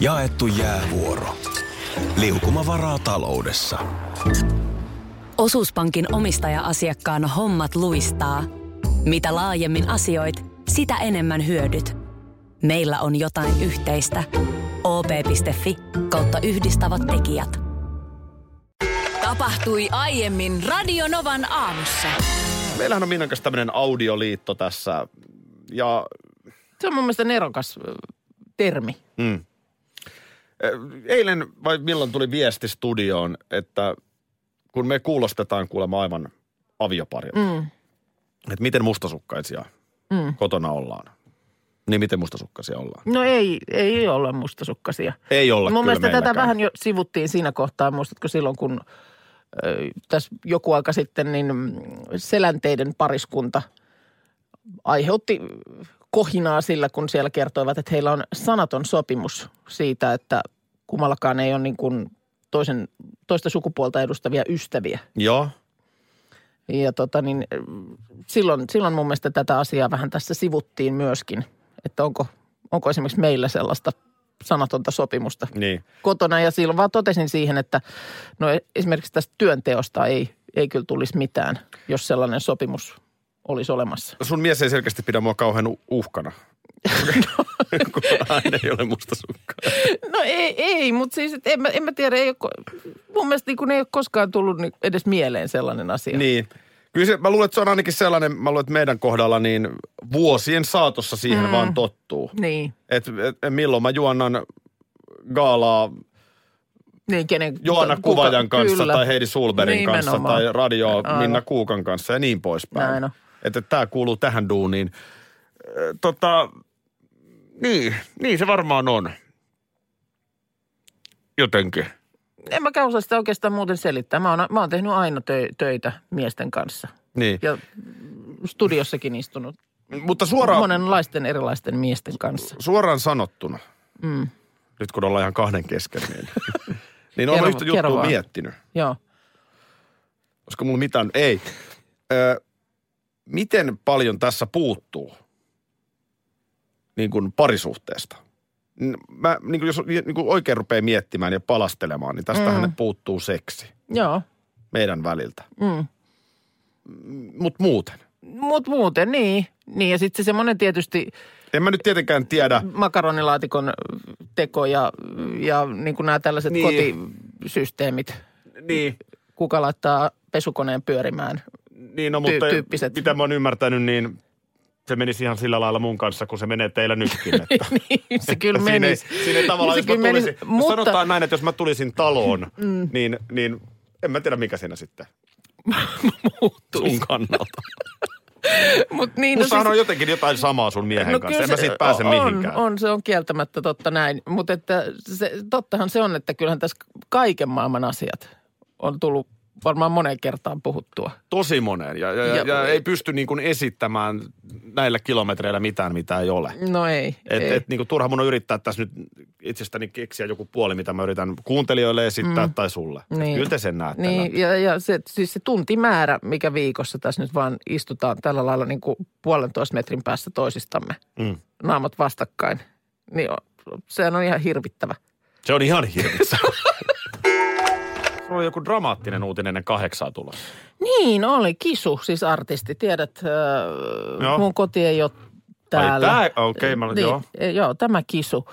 Jaettu jäävuoro. Liukuma varaa taloudessa. Osuuspankin omistaja-asiakkaan hommat luistaa. Mitä laajemmin asioit, sitä enemmän hyödyt. Meillä on jotain yhteistä. op.fi kautta yhdistävät tekijät. Tapahtui aiemmin Radionovan aamussa. Meillähän on Minnan kanssa tämmöinen audioliitto tässä. Ja Se on mun mielestä nerokas ö, termi. mm. E- eilen vai milloin tuli viesti studioon, että kun me kuulostetaan kuulemma aivan avioparilta, Mm. mm. että miten mustasukkaisia Mm. kotona ollaan. Niin miten mustasukkaisia ollaan? No ei, ei olla mustasukkasia. Ei olla Mun kyllä mielestä tätä meilläkään. vähän jo sivuttiin siinä kohtaa, muistatko silloin kun ö, tässä joku aika sitten niin mm, selänteiden pariskunta aiheutti kohinaa sillä, kun siellä kertoivat, että heillä on sanaton sopimus siitä, että kummallakaan ei ole niin kuin toisen, toista sukupuolta edustavia ystäviä. Joo. Ja tota niin, silloin, silloin mun mielestä tätä asiaa vähän tässä sivuttiin myöskin, että onko, onko esimerkiksi meillä sellaista sanatonta sopimusta Niin. kotona. Ja silloin vaan totesin siihen, että no esimerkiksi tästä työnteosta ei, ei kyllä tulisi mitään, jos sellainen sopimus olisi olemassa. Sun mies ei selkeästi pidä mua kauhean u- uhkana. kun aina ei ole mustasukka. No ei, ei mutta siis et en, mä, en mä tiedä, ei ole, ko- mun mielestä niin kun ei ole koskaan tullut niin edes mieleen sellainen asia. Niin. Kyllä se, mä luulen, että se on ainakin sellainen, mä luulen, että meidän kohdalla niin vuosien saatossa siihen mm. vaan tottuu. Niin, Et, et, milloin mä juonnan gaalaa niin kenen... Joanna kuka- Kuvajan kanssa kyllä. tai Heidi Sulberin kanssa Nimenomaan. tai radio Aivan. Minna Kuukan kanssa ja niin poispäin. Näin on. Että tämä kuuluu tähän duuniin. Ö, Tota, niin, niin se varmaan on. Jotenkin. En mä osaa sitä oikeastaan muuten selittää. Mä oon, mä oon tehnyt aina tö, töitä miesten kanssa. Niin. Ja studiossakin istunut Mutta suoraan, monenlaisten erilaisten miesten kanssa. suoraan sanottuna, Mm, nyt kun ollaan ihan kahden kesken, niin, niin olen Kerro- yhtä kerro juttua vaan. miettinyt. joo. Koska mulla mitään, ei. Ö, miten paljon tässä puuttuu niin kuin parisuhteesta? N- Mä, niin kuin jos niin kuin oikein rupeaa miettimään ja palastelemaan, niin tästähän mm. puuttuu seksi Joo. meidän väliltä. Mm. Mutta muuten. Mutta muuten niin. Niin ja sitten se semmoinen tietysti En mä nyt tietenkään tiedä. makaronilaatikon teko ja, ja niin kuin nämä tällaiset Niin. niin. kotisysteemit. Niin. Kuka laittaa pesukoneen pyörimään. Niin, no, mutta Ty- tyyppiset. mitä mä oon ymmärtänyt, niin se menisi ihan sillä lailla mun kanssa, kun se menee teillä nytkin. Että. niin se kyllä siinä menisi. Ei, siinä ei tavallaan, se jos mä kyllä menisi, tulisin, mutta... sanotaan näin, että jos mä tulisin taloon, mm. niin, niin en mä tiedä mikä siinä sitten muuttuu sun kannalta. mutta niin, no Mussahan siis- on jotenkin jotain samaa sun miehen no, kanssa, kyllä en mä se- siitä pääse on, mihinkään. On, se on kieltämättä totta näin. Mutta että se, tottahan se on, että kyllähän tässä kaiken maailman asiat on tullut varmaan moneen kertaan puhuttua. Tosi moneen ja, ja, ja, Ja- ja ei pysty niin kuin esittämään näillä kilometreillä mitään, mitä ei ole. No ei, Et, ei. et, niin kuin, turha mun on yrittää tässä nyt itsestäni keksiä joku puoli, mitä mä yritän kuuntelijoille esittää mm. tai sulle. Niin. Niin. Kyllä te sen näette. läpi. Niin, ja, ja se, siis se tuntimäärä, mikä viikossa tässä nyt vaan istutaan tällä lailla niin kuin puolentoista metrin päässä toisistamme, Mm. naamat vastakkain, niin on- sehän on ihan hirvittävä. Se on ihan hirveä. Sulla oli joku dramaattinen uutinen ennen kahdeksaa tulossa. Niin, oli Kisu, siis artisti. Tiedät, Joo. äh, mun koti ei ole täällä. tää- okei, mä- niin, joo. eh, Joo, tämä Kisu.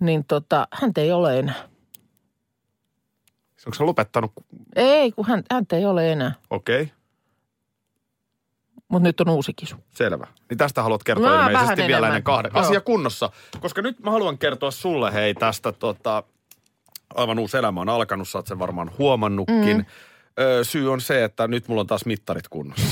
Niin tota, hän ei ole enää. Onko se lopettanut? Ei, kun hän, hän ei ole enää. Okei, okay, Mutta nyt on uusi Kisu. selvä. Niin tästä haluat kertoa Mä mä vähän ilmeisesti vielä enemmän. ennen kahden. Joo. Asia kunnossa. Koska nyt mä haluan kertoa sulle, hei, tästä tota, aivan uusi elämä on alkanut. Sä oot sen varmaan huomannutkin. Mm. Öö, syy on se, että nyt mulla on taas mittarit kunnossa.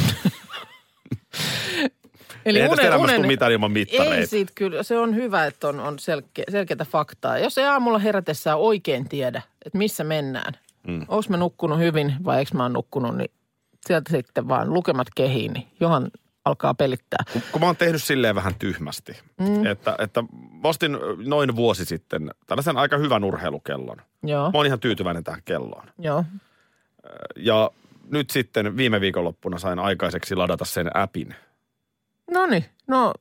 Eli Ei tästä elämästä tule mitään ilman Ei siis, mittareita. siitä kyllä. Se on hyvä, että on, on selkeä, selkeätä faktaa. Jos ei aamulla herätessään oikein tiedä, että missä mennään. Mm. Onko mä nukkunut hyvin vai eikö mä oon nukkunut, niin sieltä sitten vaan lukemat kehiin, niin johan alkaa pelittää. Kun, kun mä oon tehnyt silleen vähän tyhmästi, mm. että, että mä ostin noin vuosi sitten tällaisen aika hyvän urheilukellon. Joo, Mä oon ihan tyytyväinen tähän kelloon. joo. Ja nyt sitten viime viikonloppuna sain aikaiseksi ladata sen appin. No niin, no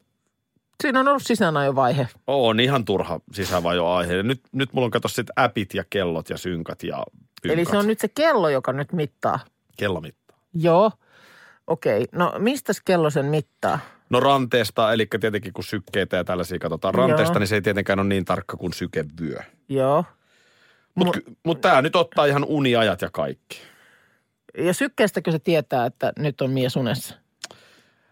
Siinä on ollut sisäänajovaihe. On ihan turha sisävajoaihe. Nyt, nyt mulla on kato sitten appit ja kellot ja synkat ja pynkat. Eli se on nyt se kello, joka nyt mittaa. Kello mittaa. Joo. Okei. No mistäs kello sen mittaa? No ranteesta, eli tietenkin kun sykkeitä ja tällaisia katsotaan ranteesta, Joo. niin se ei tietenkään ole niin tarkka kuin sykevyö. Joo. Mutta Mut, mut tämä nyt ottaa ihan uniajat ja kaikki. Ja sykkeestäkö se tietää, että nyt on mies unessa?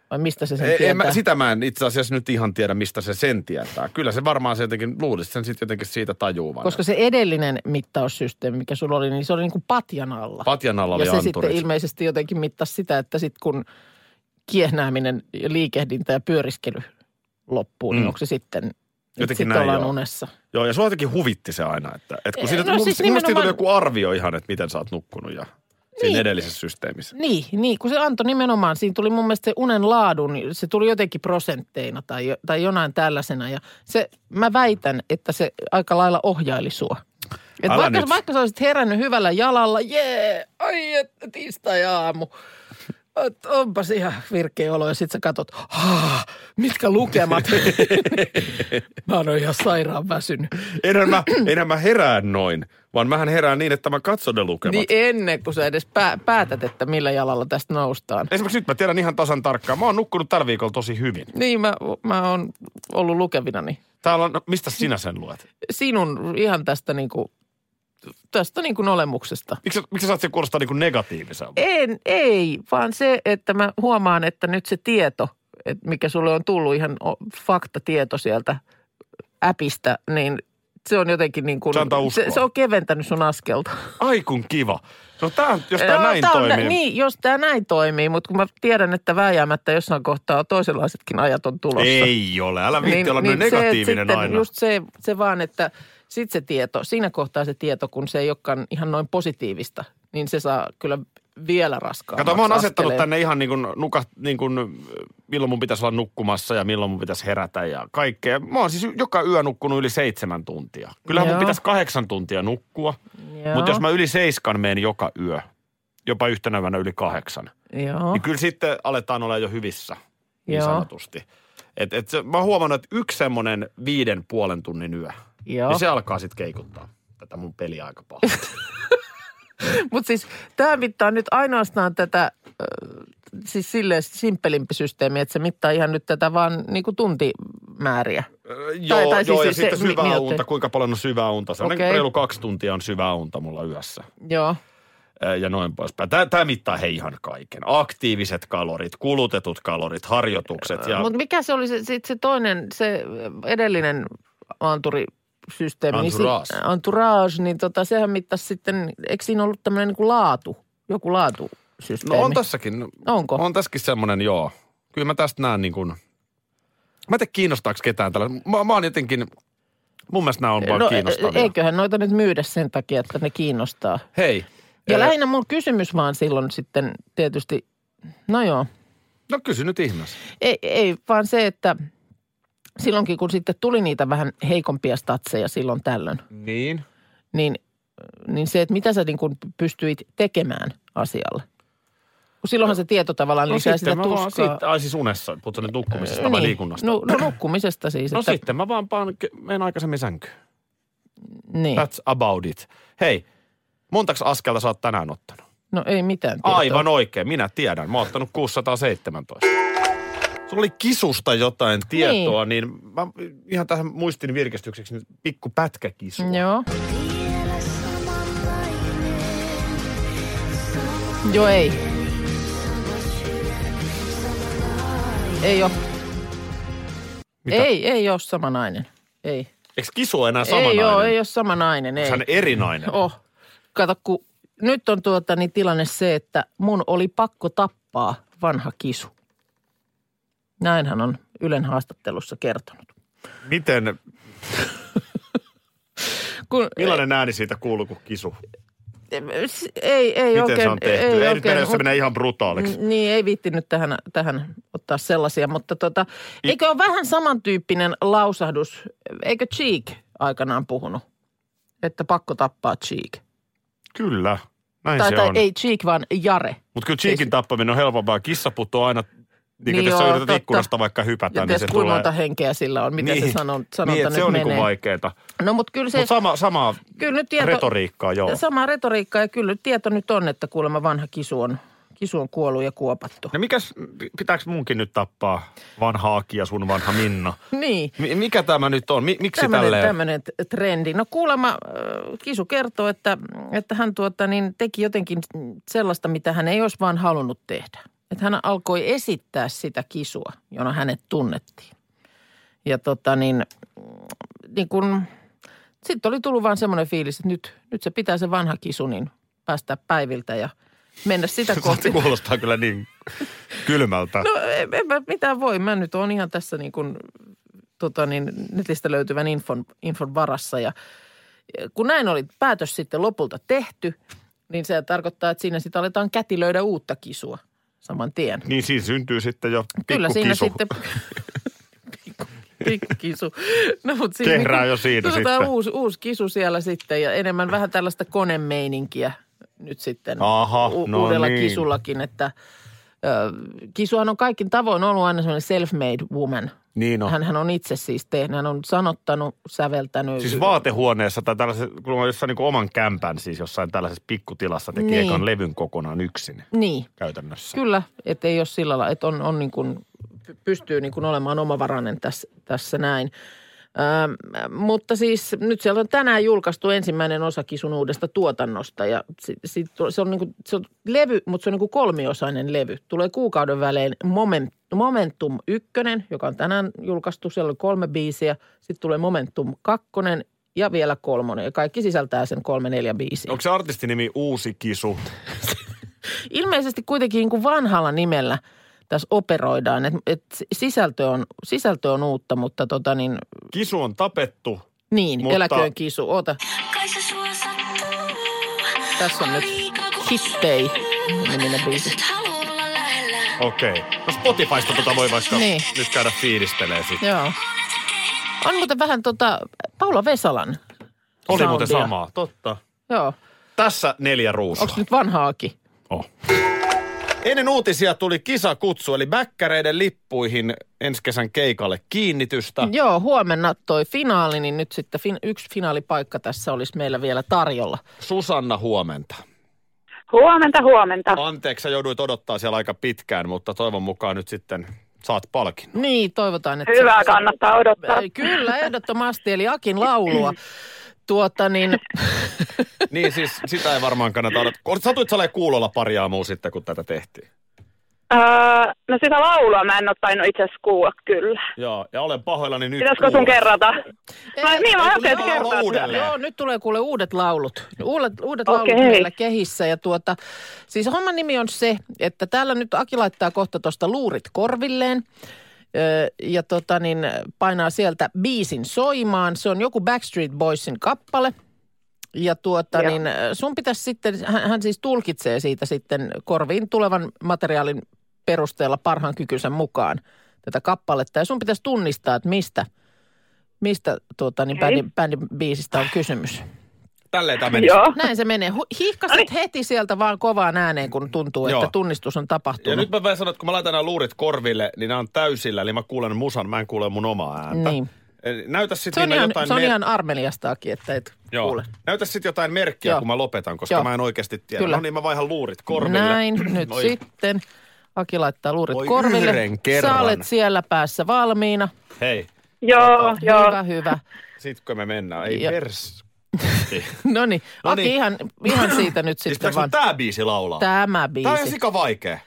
Vai mistä se sen Ei, tietää? en mä, sitä mä en itse asiassa nyt ihan tiedä, mistä se sen tietää. Kyllä se varmaan se jotenkin, luulisi sen sitten jotenkin siitä tajuuvan. Koska se edellinen mittaussysteemi, mikä sulla oli, niin se oli niin kuin patjan alla. Patjan alla oli ja se sitten anturit. ilmeisesti jotenkin mittasi sitä, että sitten kun kiehnääminen, ja liikehdintä ja pyöriskely loppuu, mm. Mm. niin onko se sitten, että Jotenkin sitten näin, ollaan joo. unessa. Joo, ja sua jotenkin huvitti se aina, että, että kun Eh, siitä, no no, siis siis nimenomaan... tuli nimenomaan- joku arvio ihan, että miten sä oot nukkunut ja siinä Niin. edellisessä systeemissä. Niin, niin, kun se antoi nimenomaan, siinä tuli mun mielestä se unen laadun, niin se tuli jotenkin prosentteina tai, jo- tai jonain tällaisena. Ja se, mä väitän, että se aika lailla ohjaili sua. Et Älä vaikka, nyt. vaikka sä olisit herännyt hyvällä jalalla, jee, ai että tiistai-aamu. Et onpas ihan virkeä olo ja sit sä katot, haa, mitkä lukemat. mä oon ihan sairaan väsynyt. Enhän mä, enhän mä herää noin, vaan mähän herään niin, että mä katson ne lukemat. Niin Niin, ennen kuin sä edes pää, päätät, että millä jalalla tästä noustaan. Esimerkiksi nyt mä tiedän ihan tasan tarkkaan. Mä oon nukkunut tällä viikolla tosi hyvin. Niin, mä, mä oon ollut lukevinani. Täällä on, no, mistä sinä sen luet? Sinun ihan tästä niinku, tästä niinku olemuksesta. Miksi, miksi sä saat sen kuulostaa niin kuin negatiiviselta? En, ei, vaan se, että mä huomaan, että nyt se tieto, että mikä sulle on tullut ihan o- faktatieto sieltä äpistä, niin se on jotenkin niin kuin, Se antaa uskoa. se, se on keventänyt sun askelta. Ai kun kiva. No tää, jos tää Joo, näin tää on nä- toimii. niin, jos tämä näin toimii, mutta kun mä tiedän, että vääjäämättä jossain kohtaa on toisenlaisetkin ajat on tulossa. Ei ole, älä viitti olla niin, se, että negatiivinen sitten aina. Just se, se vaan, että sit se tieto, siinä kohtaa se tieto, kun se ei olekaan ihan noin positiivista, niin se saa kyllä vielä raskaammaksi Kato, mä oon asettanut askeleen. tänne ihan niin kuin, nuka, niin kuin, milloin mun pitäisi olla nukkumassa ja milloin mun pitäisi herätä ja kaikkea. Mä oon siis joka yö nukkunut yli seitsemän tuntia. Kyllähän Joo. mun pitäisi kahdeksan tuntia nukkua, Joo, mutta jos mä yli seiskan meen joka yö, jopa yhtenä yönä yli kahdeksan, Joo, niin kyllä sitten aletaan olla jo hyvissä, niin No. Joo. sanotusti. Et, et se, mä oon huomannut, että yksi semmoinen viiden puolen tunnin yö, joo. niin se alkaa sitten keikuttaa tätä mun peliä aika paljon. Mutta siis tämä mittaa nyt ainoastaan tätä, ö, siis silleen simppelimpi systeemi, että se mittaa ihan nyt tätä vaan niinku tuntimääriä. Äh, Joo, tai, tai joo siis ja se, sitten mi- syvää miltä- unta, kuinka paljon on syvää unta. Se on Okei. okay. reilu kaksi tuntia on syvää unta mulla yössä Joo. Ö, ja noin poispäin. Tämä, tämä mittaa hei ihan kaiken. Aktiiviset kalorit, kulutetut kalorit, harjoitukset ja Mutta mikä se oli se, sit se toinen, se edellinen anturisysteemi? Niin Entourage. si- entourage, niin tota, sehän mittasi sitten, eikö siinä ollut tämmöinen niin kuin laatu, joku No laatusysteemi? on tossakin. Onko? On tässäkin semmoinen, joo. Kyllä mä tästä näen niin kuin... Mä en tiedä kiinnostaako ketään tällä. Mä, mä oon jotenkin... Mun mielestä nämä on vaan no, kiinnostavia. eiköhän noita nyt myydä sen takia, että ne kiinnostaa. Hei. äh, Ja ö, lähinnä mun kysymys vaan silloin sitten tietysti, no joo, No kysy nyt ihmeessä. ei, ei vaan se, että silloinkin kun sitten tuli niitä vähän heikompia statseja silloin tällöin, Niin? niin, niin se, että mitä sä niin kuin pystyit tekemään asialle. Kun silloinhan se tieto tavallaan No lisää sitten sitä mä tuskaa. vaan... Sit, ai siis unessa. Puhutko nyt nukkumisesta vai liikunnasta? No, no nukkumisesta siis. No että, sitten mä vaan paan, ke- menen aikaisemmin sänkyyn. Niin. That's about it. Hei, montaks askelta sä oot tänään ottanut? No ei mitään tietoa. Aivan oikein, minä tiedän. Mä oon ottanut 617. Sulla oli kisusta jotain tietoa, niin, niin mä ihan tähän muistin virkistykseksi nyt pikku pätkä kisua. Joo. Joo ei. Ei ole. Mitä? Ei, ei ole sama nainen. Ei. Eikö kisu ole enää sama ei nainen? ole, ei ole sama nainen. Ei. Hän erinainen. Oh. Kato, kun nyt on tuota, niin tilanne se, että mun oli pakko tappaa vanha kisu. Näin hän on Ylen haastattelussa kertonut. Miten, Kun, eh, millainen ääni siitä kuuluu kuin kisu? ei, ei Miten oikein, se on tehty? Ei, Ei, nyt oikein, mene, jos se menee ihan brutaaliksi. N- Niin, ei viittinyt tähän, tähän ottaa sellaisia, mutta tota, eikö ole vähän samantyyppinen lausahdus, eikö Cheek aikanaan puhunut, että pakko tappaa Cheek? Kyllä, näin Tai, se tai on. ei Cheek, vaan Jare. Mutta kyllä Cheekin tappaminen on helpompaa. Kissa putoaa aina Niin, Siis- Niin niin jos sä joo, yrität totta. ikkunasta vaikka hypätä, Ja niin ties se kuinka tulee... monta henkeä sillä on, miten se sanon, sanonta niin, että nyt se on menee. niinku vaikeeta. No mutta kyllä se, Mutta sama, sama kyllä nyt tieto, retoriikkaa, joo. Sama retoriikka ja kyllä tieto nyt on, että kuulemma vanha kisu on, kisu on kuollut ja kuopattu. No mikäs, pitääkö munkin nyt tappaa vanha Aki ja sun vanha Minna? Niin. Mi- mikä tämä nyt on? Mi- miksi Tämmöinen, tälleen? tämmöinen trendi. No kuulemma äh, Kisu kertoo, että, että hän tuota, niin teki jotenkin sellaista, mitä hän ei olisi vaan halunnut tehdä. Että hän alkoi esittää sitä Kisua, jona hänet tunnettiin. Ja tota niin, niin kun, sitten oli tullut vaan semmoinen fiilis, että nyt, nyt se pitää se vanha Kisu niin päästä päiviltä ja mennä sitä Se kohti. kuulostaa kyllä niin kylmältä. No en, en mä mitään voi. Mä nyt oon ihan tässä niin kuin, tota niin, netistä löytyvän infon, infon varassa. Ja ja kun näin oli päätös sitten lopulta tehty, niin se tarkoittaa, että siinä sitten aletaan kätilöidä uutta kisua saman tien. Niin siinä syntyy sitten jo Kyllä siinä pikkukisu. sitten... Pikku- Pikkukisu. No, mut siinä Kehrää niinku jo siinä tuotetaan sitten. Uusi, uusi kisu siellä sitten ja enemmän vähän tällaista konemeininkiä nyt sitten Aha, no uudella niin. kisullakin, että ö, Kisuhan on kaikin tavoin ollut aina semmoinen self-made woman. Niin on. Hän, hän on itse siis tehnyt, hän on sanottanut, säveltänyt. Siis vaatehuoneessa tai tällaisessa, kun on jossain niin kuin oman kämpän, siis jossain tällaisessa pikkutilassa teki Niin. niin. ekan levyn kokonaan yksin Niin, käytännössä. kyllä, että ei ole sillä lailla, että on, on niin kuin, py- pystyy niin kuin olemaan omavarainen tässä, tässä näin. Öö, mutta siis nyt siellä on tänään julkaistu ensimmäinen osa Kisun uudesta tuotannosta ja si- si- tu- se on, niin kuin, se on levy, mutta se on niin kuin kolmiosainen levy. Tulee kuukauden välein Moment, Momentum 1, joka on tänään julkaistu, siellä on kolme biisiä. Sitten tulee Momentum 2 ja vielä kolmonen ja kaikki sisältää sen kolme neljä biisiä. Onko se artistin nimi Uusi Kisu? Ilmeisesti kuitenkin niin kuin vanhalla nimellä tässä operoidaan, että et sisältö, on, sisältö on uutta, mutta tota niin, Kisu on tapettu. niin Mutta- eläköön kisu. Oota, Kai se sua sattuu. tässä on nyt Aika, kun Hittei sattuu. niminen biisi. Sit haluu olla lähellä. Okei. Okay. No Spotifysta tota voi vaikka Niin. niin. nyt käydä fiilistelee sitten. Joo. On muuten vähän tota Paula Vesalan Oli muuten soundia. samaa, totta. Joo. Tässä neljä ruusua. Onko nyt vanhaakin? Oh. Ennen uutisia tuli kisakutsu, eli bäkkäreiden lippuihin ensi kesän keikalle kiinnitystä. Joo, huomenna toi finaali, niin nyt sitten fin, yksi finaalipaikka tässä olisi meillä vielä tarjolla. Susanna, huomenta. Huomenta, huomenta. Anteeksi, sä jouduit odottaa siellä aika pitkään, mutta toivon mukaan nyt sitten saat palkin. Niin, toivotaan, että... se- Hyvää kannattaa odottaa. Ei, Kyllä, ehdottomasti. Eli Akin laulua. Tuota niin, Niin siis sitä ei varmaan kannata odottaa. Satuit sä olemaan kuulolla pari aamua sitten, kun tätä tehtiin. Öö, no sitä laulua mä en ole tainnut itse asiassa kuulla, kyllä. Joo, ja olen pahoillani nyt Pitäisikö sun kuulla. kerrata? Mä, niin mä ajattelin, että laulaa kertaa. uudelleen. joo, nyt tulee kuule uudet laulut. Uudet, uudet Okei. laulut meillä kehissä. Ja tuota, siis homman nimi on se, että täällä nyt Aki laittaa kohta tuosta luurit korvilleen. Öö, Ja tota niin, painaa sieltä biisin soimaan. Se on joku Backstreet Boysin kappale. Ja tuota Joo. niin, sun pitäisi sitten, hän, hän siis tulkitsee siitä sitten korviin tulevan materiaalin perusteella parhaan kykynsä mukaan tätä kappaletta. Ja sun pitäisi tunnistaa, että mistä, mistä tuota, niin bändin, bändin biisistä on kysymys. Tälleen tämä meni. Joo. Näin se menee. Hu- Hihkasit heti sieltä vaan kovaan ääneen, kun tuntuu, että Joo. tunnistus on Ja tapahtunut. nyt mä vain sanon, että kun mä laitan nämä luurit korville, niin nämä on täysillä, eli mä kuulen musan, mä en kuule mun omaa ääntä. Niin. Eli Näytä se sitten on, ihan, jotain se on mer- ihan armeliastaakin, että et Joo. kuule. Näytä sitten jotain merkkiä, Joo. kun mä lopetan, koska Joo. Joo. mä en oikeasti tiedä. Kyllä. No niin, mä vaihan luurit korville. Näin, nyt Oi, sitten. Aki laittaa luurit Voi korville. yhden kerran. Sä olet siellä päässä valmiina. Hei, Joo, joo. Hyvä, hyvä. sitkö me mennään? Ei ja. Ja- pers. No niin, Aki Noniin. ihan, ihan siitä nyt Siis sitten pitääkö vaan. mun tää biisi laulaa? Tämä Tää on biisi. ihan sika vaikea.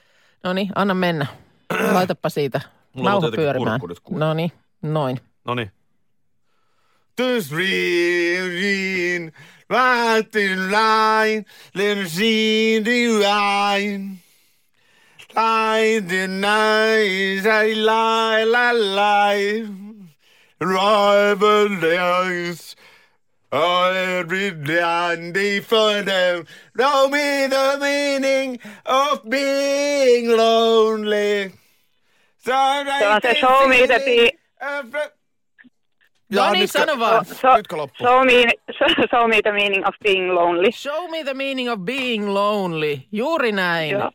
No niin, anna mennä. Laitapa siitä Mulla on nauha jotenkin pyörimään. kurkku nyt kuuluu. No niin, noin. Noniin. This real, real, right in line, let me see the line. Light the night, I lie, lie, lie. Rival days, every day they find them. Know me the meaning of being lonely. Se Se on se show me the bee- No niin, sano vaan. So, Nytkö loppu? show, me, show me the meaning of being lonely. Show me the meaning of being lonely. Juuri näin. Joo.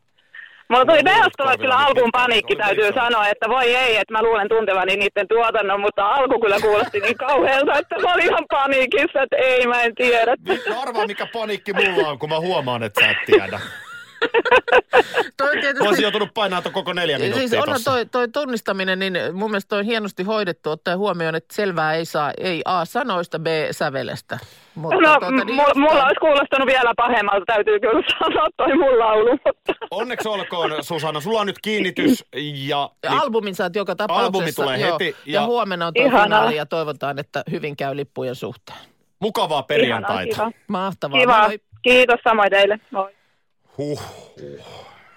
Mulla tuli Beastalla korvilla kyllä nyt alkuun mitään, paniikki, se oli täytyy iso. sanoa, että voi ei, että mä luulen tuntevani niiden tuotannon, mutta alku kyllä kuulosti niin kauhealta, että mä olin ihan paniikissa, että ei, mä en tiedä. No arvaa, mikä paniikki mulla on, kun mä huomaan, että sä et tiedä. Toi Mä tietysti, olisin joutunut painaa ton koko neljä minuuttia siis onhan tossa. toi, toi tunnistaminen, niin mun mielestä toi on hienosti hoidettu ottaen huomioon, että selvää ei saa, ei A sanoista, B sävelestä. Mutta No, tuota, niin mulla, jostain- mulla olisi kuulostanut vielä pahemmalta, täytyy kyllä sanoa toi mun laulu, mutta... Onneksi olkoon, Susanna. Sulla on nyt kiinnitys ja... Ja niin- Albumin saat joka tapauksessa. Albumi tulee joo. heti Ja, ja- huomenna on toi Ihanaa. finaali ja toivotaan, että hyvin käy lippujen suhteen. Mukavaa Ihanaa, perjantaita. kiva. Mahtavaa. Kiva. Moi. Kiitos samoin teille. Moi.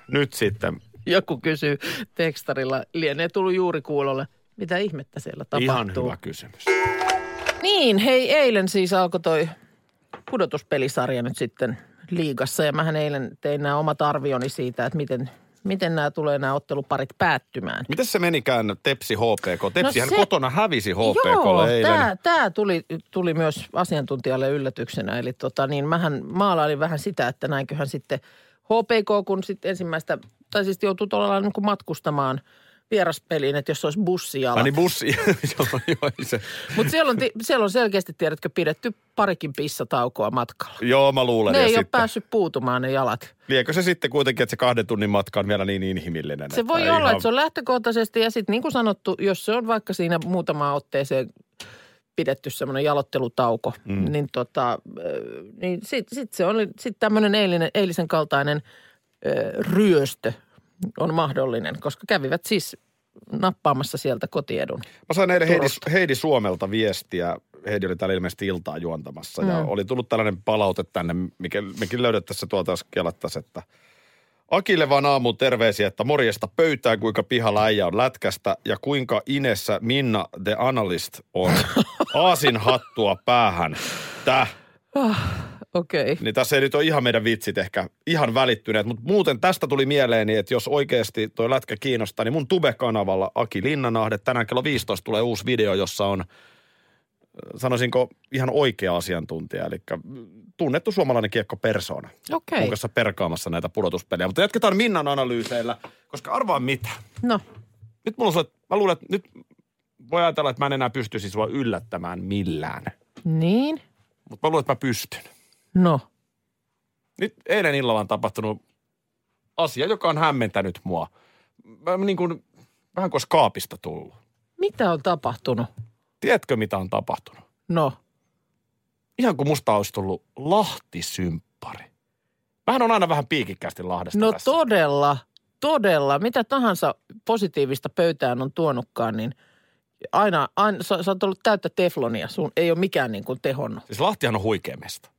Nyt sitten. Joku kysyy tekstarilla, lienee tullut juuri kuulolle. Mitä ihmettä siellä tapahtuu? Ihan hyvä kysymys. Niin, hei, eilen siis alkoi toi pudotuspelisarja nyt sitten liigassa ja mähän eilen tein nämä omat arvioni siitä, että miten, miten nämä tulee nämä otteluparit päättymään. Miten se menikään Tepsi HPK? Tepsihän No se- kotona hävisi HPKlle Joo, eilen. tämä, tämä tuli, tuli myös asiantuntijalle yllätyksenä. Eli tota, niin mähän maalailin vähän sitä, että näinköhän sitten HPK, kun sitten ensimmäistä, tai siis joutuu tuolla lailla niin kuin matkustamaan vieraspeliin, että jos olisi bussijalat. Ai niin bussi. joo, joo, ei se. Mutta siellä on, ti- siellä on selkeästi, tiedätkö, pidetty parikin pissataukoa matkalla. joo, mä luulen. Ne ja ei ole sitten. päässyt puutumaan ne jalat. Liekö se sitten kuitenkin, että se kahden tunnin matka on vielä niin inhimillinen? Se voi että olla, ihan- että se on lähtökohtaisesti ja sitten niin kuin sanottu, jos se on vaikka siinä muutamaan otteeseen pidetty semmoinen jalottelutauko, mm. niin, tota, ö, niin sitten sit se on sit tämmöinen eilinen, eilisen kaltainen ö, ryöstö on mahdollinen, koska kävivät siis nappaamassa sieltä kotiedun. Mä sain eilen Heidi, Heidi Suomelta viestiä. Heidi oli täällä ilmeisesti iltaa juontamassa mm. ja oli tullut tällainen palaute tänne, mikä, mekin löydettäisiin tuolta, jos kelattaisiin, että Akille vaan aamun terveisiä, että morjesta pöytää, kuinka pihalla äijä on lätkästä ja kuinka Inessä Minna the Analyst on. Aasin hattua päähän. Täh. Okei. Okay. Niin tässä ei nyt ole ihan meidän vitsit ehkä ihan välittyneet, mutta muuten tästä tuli mieleeni, että jos oikeasti toi lätkä kiinnostaa, niin mun Tube-kanavalla Aki Linnanahde tänään kello 15 tulee uusi video, jossa on sanoisinko ihan oikea asiantuntija, eli tunnettu suomalainen kiekkopersona. Okei. Mun kanssa perkaamassa näitä pudotuspelejä. Mutta jatketaan Minnan analyyseillä, koska arvaa mitä. No, Nyt mulla on sulle, mä luulen, että nyt voi ajatella, että mä en enää pystyisi sua yllättämään millään. niin. Mutta mä luulen, että mä pystyn. No, nyt eilen illalla on tapahtunut asia, joka on hämmentänyt mua. Mä niin kuin, vähän kuin olisi kaapista tullut. mitä on tapahtunut? Tiedätkö, mitä on tapahtunut? No, Ihan kuin musta olisi tullut Lahti-symppari. Mähän on aina vähän piikikkäästi Lahdesta no tässä. todella, todella. Mitä tahansa positiivista pöytään on tuonutkaan, niin aina, aina sä, sä oot ollut täyttä teflonia. Sun ei ole mikään niin kuin tehonnut. Siis Lahtihan on huikea mesta.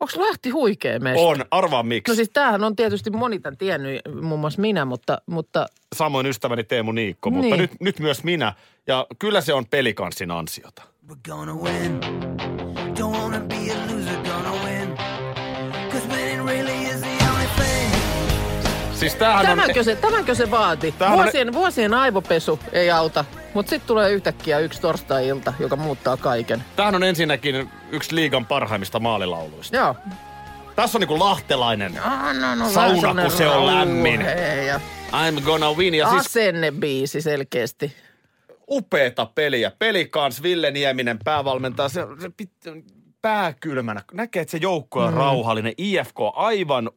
Onko Lahti huikea meistä? On, arvaa miksi. No siis tämähän on tietysti moni tämän tiennyt, muun muassa minä, mutta, mutta Samoin ystäväni Teemu Niikko, mutta Niin. nyt, nyt myös minä. Ja kyllä se on pelikanssin ansiota. We're gonna win. Don't wanna be a loser, gonna win. Cause winning really is the only thing. Siis tämähän on... tämänkö se, tämänkö se vaati? Tämähän on- Vuosien, vuosien aivopesu ei auta, mutta sitten tulee yhtäkkiä yksi torstai-ilta, joka muuttaa kaiken. Tämähän on ensinnäkin yksi liigan parhaimmista maalilauluista. Joo. Tässä on niinku lahtelainen. Ah, no, no, vähän Sauna, kun sellainen se on lämmin. rauhe Ja I'm gonna win. Ja siis asennebiisi selkeästi. upeeta peliä. Peli kans, Ville Nieminen päävalmentaja, se, se pit, pää kylmänä. Näkee, että se joukko on mm. rauhallinen. IFK aivan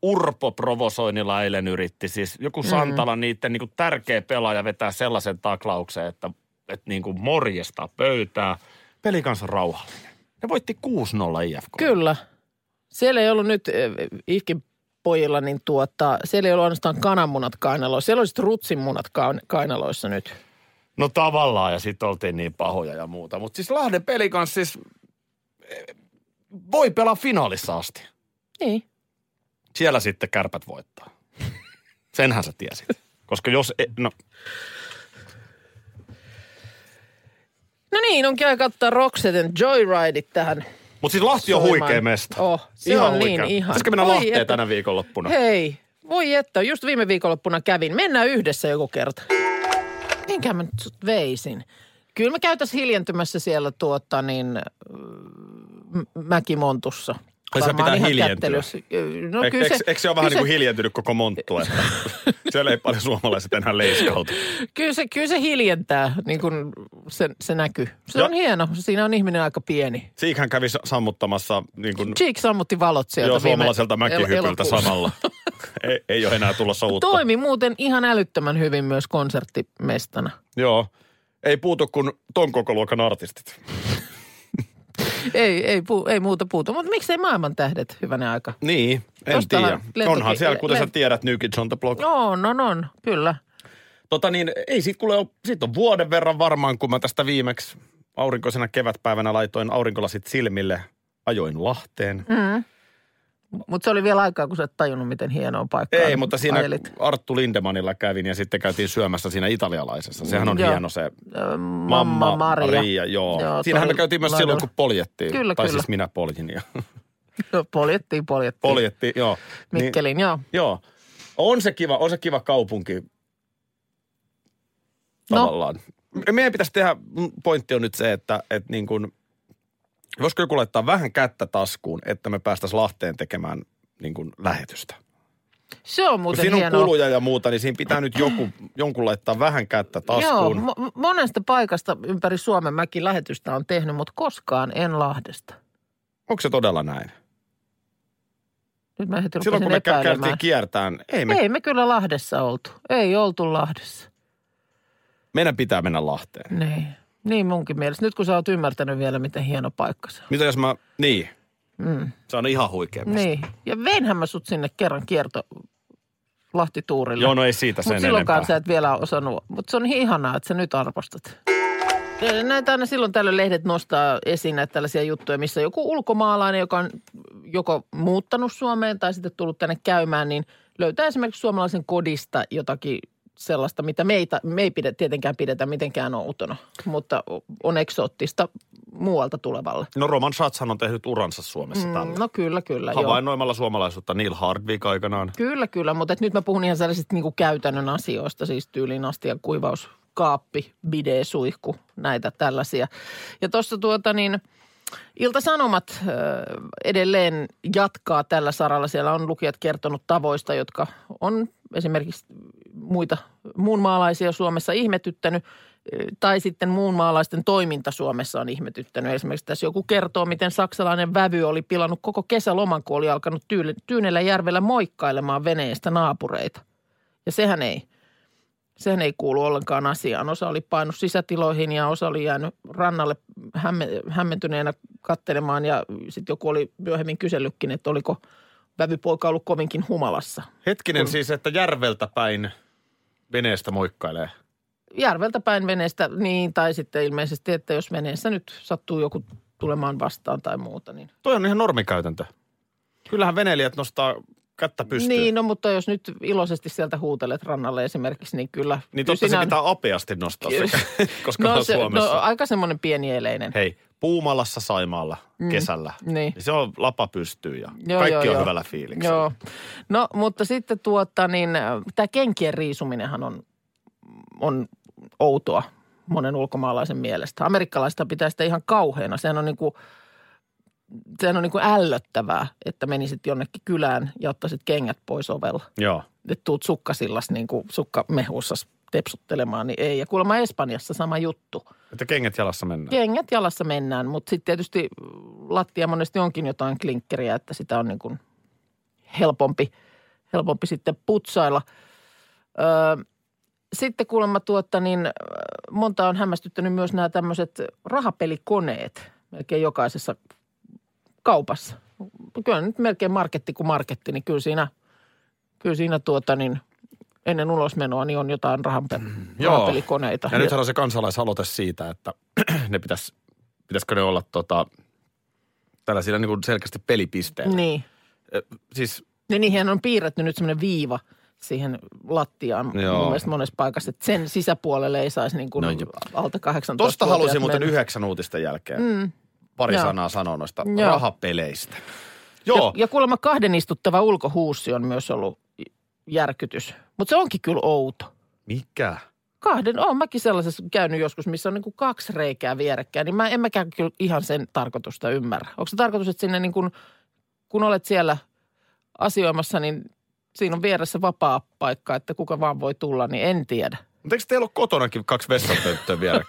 urpoprovosoinnilla eilen yritti. Siis joku Santala, mm. niiden niin tärkeä pelaaja vetää sellaisen taklauksen, että, että niin kuin morjesta pöytää. Peli kanssa rauhallinen. Ne voitti 6-0 IFK. Kyllä. Siellä ei ollut nyt äh, ihkin pojilla, niin tuota, siellä ei ollut ainoastaan kananmunat kainaloissa. Siellä olisi rutsinmunat kain- kainaloissa nyt. No tavallaan, ja sitten oltiin niin pahoja ja muuta. Mutta siis Lahden peli kanssa siis eh, voi pelaa finaalissa asti. Niin. siellä sitten kärpät voittaa. Senhän sä tiesit. Koska jos, e, no, No niin, onkin aika ottaa Roxeten Joyrideit tähän. mutta siis Lahti on Soimaan. huikea mesta. Oh, se on niin, ihan. Pitäisikö mennä Oi, Lahteen että- tänä viikonloppuna? Hei, voi että, just viime viikonloppuna kävin. Mennään yhdessä joku kerta. Minkä mä nyt sut veisin? Kyllä me käytäisiin hiljentymässä siellä tuota niin, äh, M- Mäkimontussa. Ai, se varmaan pitää ihan hiljentyä. kättelyssä. No Eikö kyllä se, eikö- eikö se ole vähän kyllä niin kuin hiljentynyt koko monttu? Että siellä ei paljon suomalaiset enää leiskautu. Kyllä se, kyllä se hiljentää, niin kuin se, se näkyy. Se Ja- on hieno, siinä on ihminen aika pieni. Siikhän kävi sa- sammuttamassa niin kuin, Cheek sammutti valot sieltä joo, viime suomalaiselta mäkihypyltä elokuussa. samalla. ei, ei ole enää tulossa uutta. Toimi muuten ihan älyttömän hyvin myös konserttimestana. Joo. Ei puutu kuin ton koko luokan artistit. Ei, ei, pu, ei muuta puutu, mutta miksei maailman tähdet hyvänä aika? Niin, en Tostahan tiedä. lentoki- Onhan siellä, kuten sä lent- tiedät, New Kids on the Block. On, on, on, kyllä. Tota niin, ei sit kuule, oo- sit on vuoden verran varmaan, kun mä tästä viimeksi aurinkoisena kevätpäivänä laitoin aurinkolasit silmille, ajoin Lahteen. Mm, Mutta se oli vielä aikaa, kun sä et tajunnut, miten hienoa paikkaa ei, mutta siinä ajelit. Arttu Lindemanilla kävin ja sitten käytiin syömässä siinä italialaisessa. Sehän on Joo. hieno se Ö, Mamma Mamma Maria. Maria. joo. Joo, Siinähän me toi käytiin myös silloin, laidalla. kun poljettiin. Kyllä, tai kyllä. siis minä poljin ja No, poljettiin, poljettiin. poljettiin, joo. Mikkelin, joo. Joo. On se kiva, on se kiva kaupunki. Tavallaan. No. Meidän pitäisi tehdä, mun pointti on nyt se, että, että niin kuin, voisiko joku laittaa vähän kättä taskuun, että me päästäisiin Lahteen tekemään niin kuin lähetystä. Se on Kun muuten siinä on hienoa. kuluja ja muuta, niin siinä pitää nyt joku, jonkun laittaa vähän kättä taskuun. Joo, mo- monesta paikasta ympäri Suomen mäkin lähetystä on tehnyt, mutta koskaan en Lahdesta. Onko se todella näin? Nyt mä heti Silloin rupesin kun me kä- epäilemään. käytiin kiertään, ei me, Ei me kyllä Lahdessa oltu. Ei oltu Lahdessa. meidän pitää mennä Lahteen. Niin. Niin munkin mielestä. Nyt kun sä oot ymmärtänyt vielä, miten hieno paikka se on. Mitä jos mä, niin, Mm. se on ihan huikea. mesto. Niin. Ja veinhän mä sut sinne kerran kierto Lahtituurille. Joo, no ei siitä sen Mutta silloinkaan enempää. sä et vielä ole osannut. Mutta se on niin ihanaa, että sä nyt arvostat. Näitä aina silloin tällöin lehdet nostaa esiin näitä tällaisia juttuja, missä joku ulkomaalainen, joka on joko muuttanut Suomeen tai sitten tullut tänne käymään, niin löytää esimerkiksi suomalaisen kodista jotakin sellaista, mitä meitä, me ei pide, tietenkään pidetä mitenkään outona, mutta on eksoottista muualta tulevalle. No Roman Schatzhan on tehnyt uransa Suomessa mm, Mm, tällä. no kyllä, kyllä. joo. Havainnoimalla suomalaisuutta Neil Hardwick aikanaan. Kyllä, kyllä, mutta et nyt mä puhun ihan sellaisista niinku käytännön asioista, siis tyylin astian kuivaus, kaappi, bide, suihku, näitä tällaisia. Ja tuossa tuota niin, Ilta-Sanomat ö, edelleen jatkaa tällä saralla. Siellä on lukijat kertonut tavoista, jotka on esimerkiksi muita muunmaalaisia Suomessa ihmetyttänyt ö, tai sitten muunmaalaisten toiminta Suomessa on ihmetyttänyt. Esimerkiksi tässä joku kertoo, miten saksalainen vävy oli pilannut koko kesäloman, kun oli alkanut Tyyl- Tyynellä järvellä moikkailemaan veneestä naapureita. Ja sehän ei, sehän ei kuulu ollenkaan asiaan. Osa oli painut sisätiloihin ja osa oli jäänyt rannalle hämme, hämmentyneenä kattelemaan. Ja sitten joku oli myöhemmin kysellytkin, että oliko vävypoika ollut kovinkin humalassa. Hetkinen Mm. siis, että järveltä päin veneestä moikkailee. järveltä päin veneestä, niin tai sitten ilmeisesti, että jos veneessä nyt sattuu joku tulemaan vastaan tai muuta, niin. Toi on ihan normikäytäntö. Kyllähän veneilijät nostaa kättä pystyyn. Niin, no mutta jos nyt iloisesti sieltä huutelet rannalle esimerkiksi, niin kyllä. niin totta se sinä- pitää apeasti nostaa Kyllä. sekä, koska no, on Suomessa. No aika semmoinen pienieleinen. Hei, Puumalassa Saimaalla kesällä. Niin. Se on lapa pystyy ja joo, kaikki joo, on joo. hyvällä fiiliksellä. Joo. No, mutta sitten tuota, niin tämä kenkien riisuminenhan on, on outoa monen ulkomaalaisen mielestä. Amerikkalaista pitää sitä ihan kauheana. Sehän on niinku, sehän on niinku ällöttävää, että menisit jonnekin kylään ja ottaisit kengät pois ovella. joo. Että tuut sukkasillas niinku sukkamehussas tepsuttelemaan, niin ei. Ja kuulemma Espanjassa sama juttu. Että kengät jalassa mennään. Kengät jalassa mennään, mutta sitten tietysti lattia monesti onkin jotain klinkkeriä, että sitä on niin kuin helpompi, helpompi sitten putsailla. Öö, sitten kuulemma tuotta, niin ö, monta on hämmästyttänyt myös nämä tämmöiset rahapelikoneet melkein jokaisessa kaupassa. Kyllä nyt melkein marketti kuin marketti, niin kyllä siinä, kyllä siinä tuota niin ennen ulosmenoa niin on jotain rahanpe- joo. rahapelikoneita. Ja nythän on se kansalaisaloite siitä, että ne pitäis, pitäisikö ne olla tota, tällaisilla niin kuin selkeästi pelipisteillä. Niin. Ö, Siis Niin niihin on piirretty nyt semmoinen viiva siihen lattiaan Joo. Joo. mun mielestä monessa paikassa. Että sen sisäpuolelle ei saisi niin kuin No no, joo. alta 18 tosta halusin muuten yhdeksän uutisten jälkeen mm. pari Joo. sanaa sanoa noista Joo. rahapeleistä. Joo. Joo, Ja, ja kuulemma kahden istuttava ulkohuussi on myös ollut järkytys. Mutta se onkin kyllä outo. mikä? Kahden, oon mäkin sellaisessa käynyt joskus, missä on niin kuin kaksi reikää vierekkäin, niin mä en mäkään kyllä ihan sen tarkoitusta ymmärrä. Onko se tarkoitus, että sinne niin kuin kun olet siellä asioimassa, niin siinä on vieressä vapaa paikka, että kuka vaan voi tulla, niin en tiedä. Mutta eikö teillä ole kotonakin kaksi vessanpönttöä vielä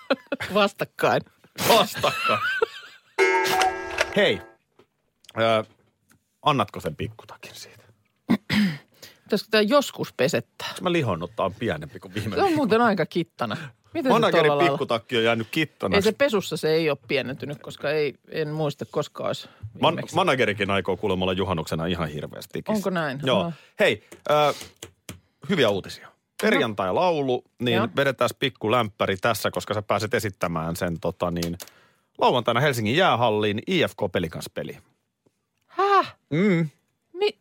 Vastakkain. vastakkain? Hei, ö, annatko sen pikkutakin siitä? Pitäisikö tämä joskus pesettää? Mä lihonnutta on pienempi kuin viime Se on muuten aika kittana. Miten se Managerin tuolla lailla? pikkutakki on jäänyt Ei kittanaksi. se pesussa se ei ole pienentynyt, koska ei, en muista koska olisi Man, viimeksi. managerikin aikoo kuulemma olla juhannuksena ihan hirveästi. tikistä. Onko näin? Joo. Aha. Hei, äh, hyviä uutisia. Perjantai-laulu, niin No. Joo. vedetään pikku lämpäri tässä, koska sä pääset esittämään sen tota niin, lauantaina Helsingin jäähalliin IFK Pelikanspeli. Häh? Mm. Mi-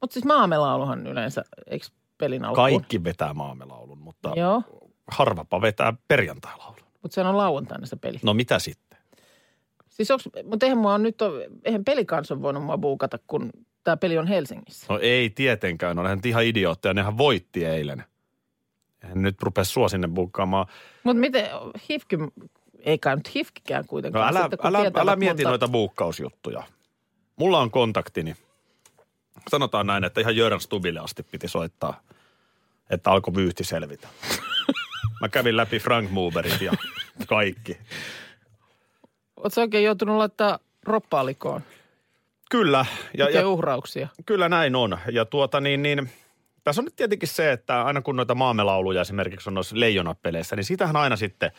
Mutta siis maamelauluhan yleensä, eikö pelin alkuun? Kaikki vetää maamelaulun, mutta Joo. Joo, harvapa vetää perjantai-laulun. mutta sehän on lauantaina se peli. No mitä sitten? Siis onks, mutta eihän mua nyt ole, eihän pelikans ole voinut mua buukata, kun tämä peli on Helsingissä. No ei tietenkään, no nehän nyt ihan idiootteja, nehän voitti eilen. Eihän nyt rupea sua sinne bukkaamaan. Mutta miten, hifki, ei kai nyt hifkikään No kuitenkaan. älä, Sitten kun älä, tietävät älä mieti monta- noita buukkausjuttuja. Mulla on kontaktini. Sanotaan näin, että ihan Jörän Stubille asti piti soittaa, että alkoi vyyhti selvitä. Mä kävin läpi Frank Moverit ja kaikki. Oletko sä oikein joutunut laittaa roppaalikoon? Kyllä, ja, ja Ja, uhrauksia? kyllä näin on. Ja tuota niin, niin, tässä on nyt tietenkin se, että aina kun noita maamelauluja esimerkiksi on noissa leijonapeleissä, niin siitähän aina sitten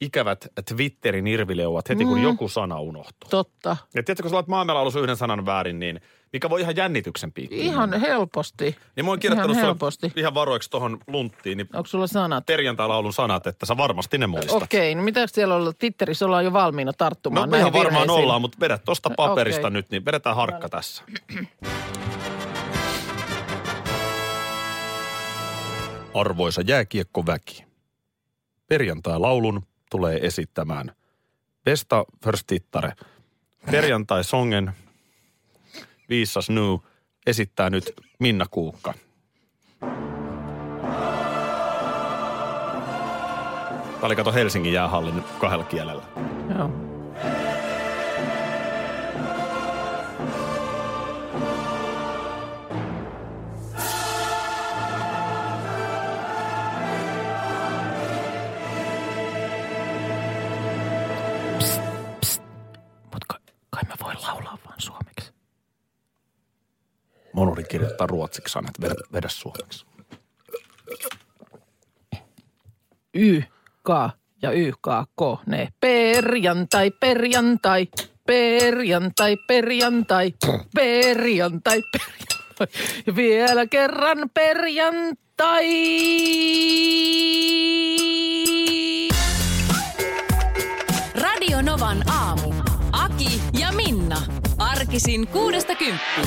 ikävät Twitterin irvileuvat heti, Mm. kun joku sana unohtuu. Totta. Ja tiedätkö, kun sä olet maamelaulussa yhden sanan väärin, niin mikä voi ihan jännityksen piikkiin. Ihan helposti. Niin mä oon Ihan kirjoittanut helposti. sulle ihan varoiksi tuohon lunttiin, niin Onko sulla sanat? perjantai-laulun sanat, että sä varmasti ne muistat. Okei, no mitä siellä ollaan? Twitterissä ollaan jo valmiina No tarttumaan me ihan näihin varmaan virheisiin. ollaan, mutta vedä tuosta paperista Okei. nyt, niin vedetään harkka tässä. Arvoisa jääkiekkoväki, perjantai-laulun tulee esittämään Vesta Förstittare. Perjantai-songen Viisas New esittää nyt Minna Kuukka. Tämä oli kato Helsingin jäähallin kahdella kielellä. Joo. Psst, psst. Mut ka- kai mä voin laulaa vaan suomeksi. Monuri kirjoittaa ruotsiksi sanat, vedä, vedä suomeksi. Y, K ja Y, K, K, ne. Perjantai, perjantai, perjantai, perjantai, perjantai, perjantai. Ja vielä kerran perjantai. Radio Novan aamu. Aki ja Minna. Arkisin kuudesta kymppiin.